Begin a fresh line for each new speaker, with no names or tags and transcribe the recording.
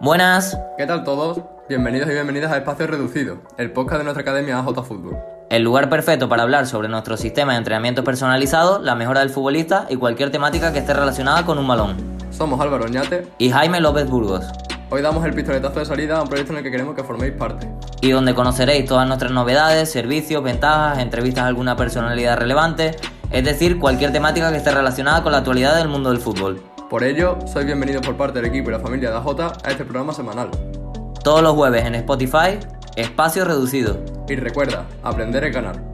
Buenas.
¿Qué tal todos? Bienvenidos y bienvenidas a Espacio Reducido, el podcast de nuestra academia AJ Fútbol.
El lugar perfecto para hablar sobre nuestro sistema de entrenamiento personalizado, la mejora del futbolista y cualquier temática que esté relacionada con un balón.
Somos Álvaro Oñate,
Y Jaime López Burgos.
hoy damos el pistoletazo de salida a un proyecto en el que queremos que forméis parte.
Y donde conoceréis todas nuestras novedades, servicios, ventajas, entrevistas a alguna personalidad relevante, es decir, cualquier temática que esté relacionada con la actualidad del mundo del fútbol.
Por ello, sois bienvenidos por parte del equipo y la familia de AJ a este programa semanal.
Todos los jueves en Spotify, espacio reducido.
Y recuerda, aprender es ganar.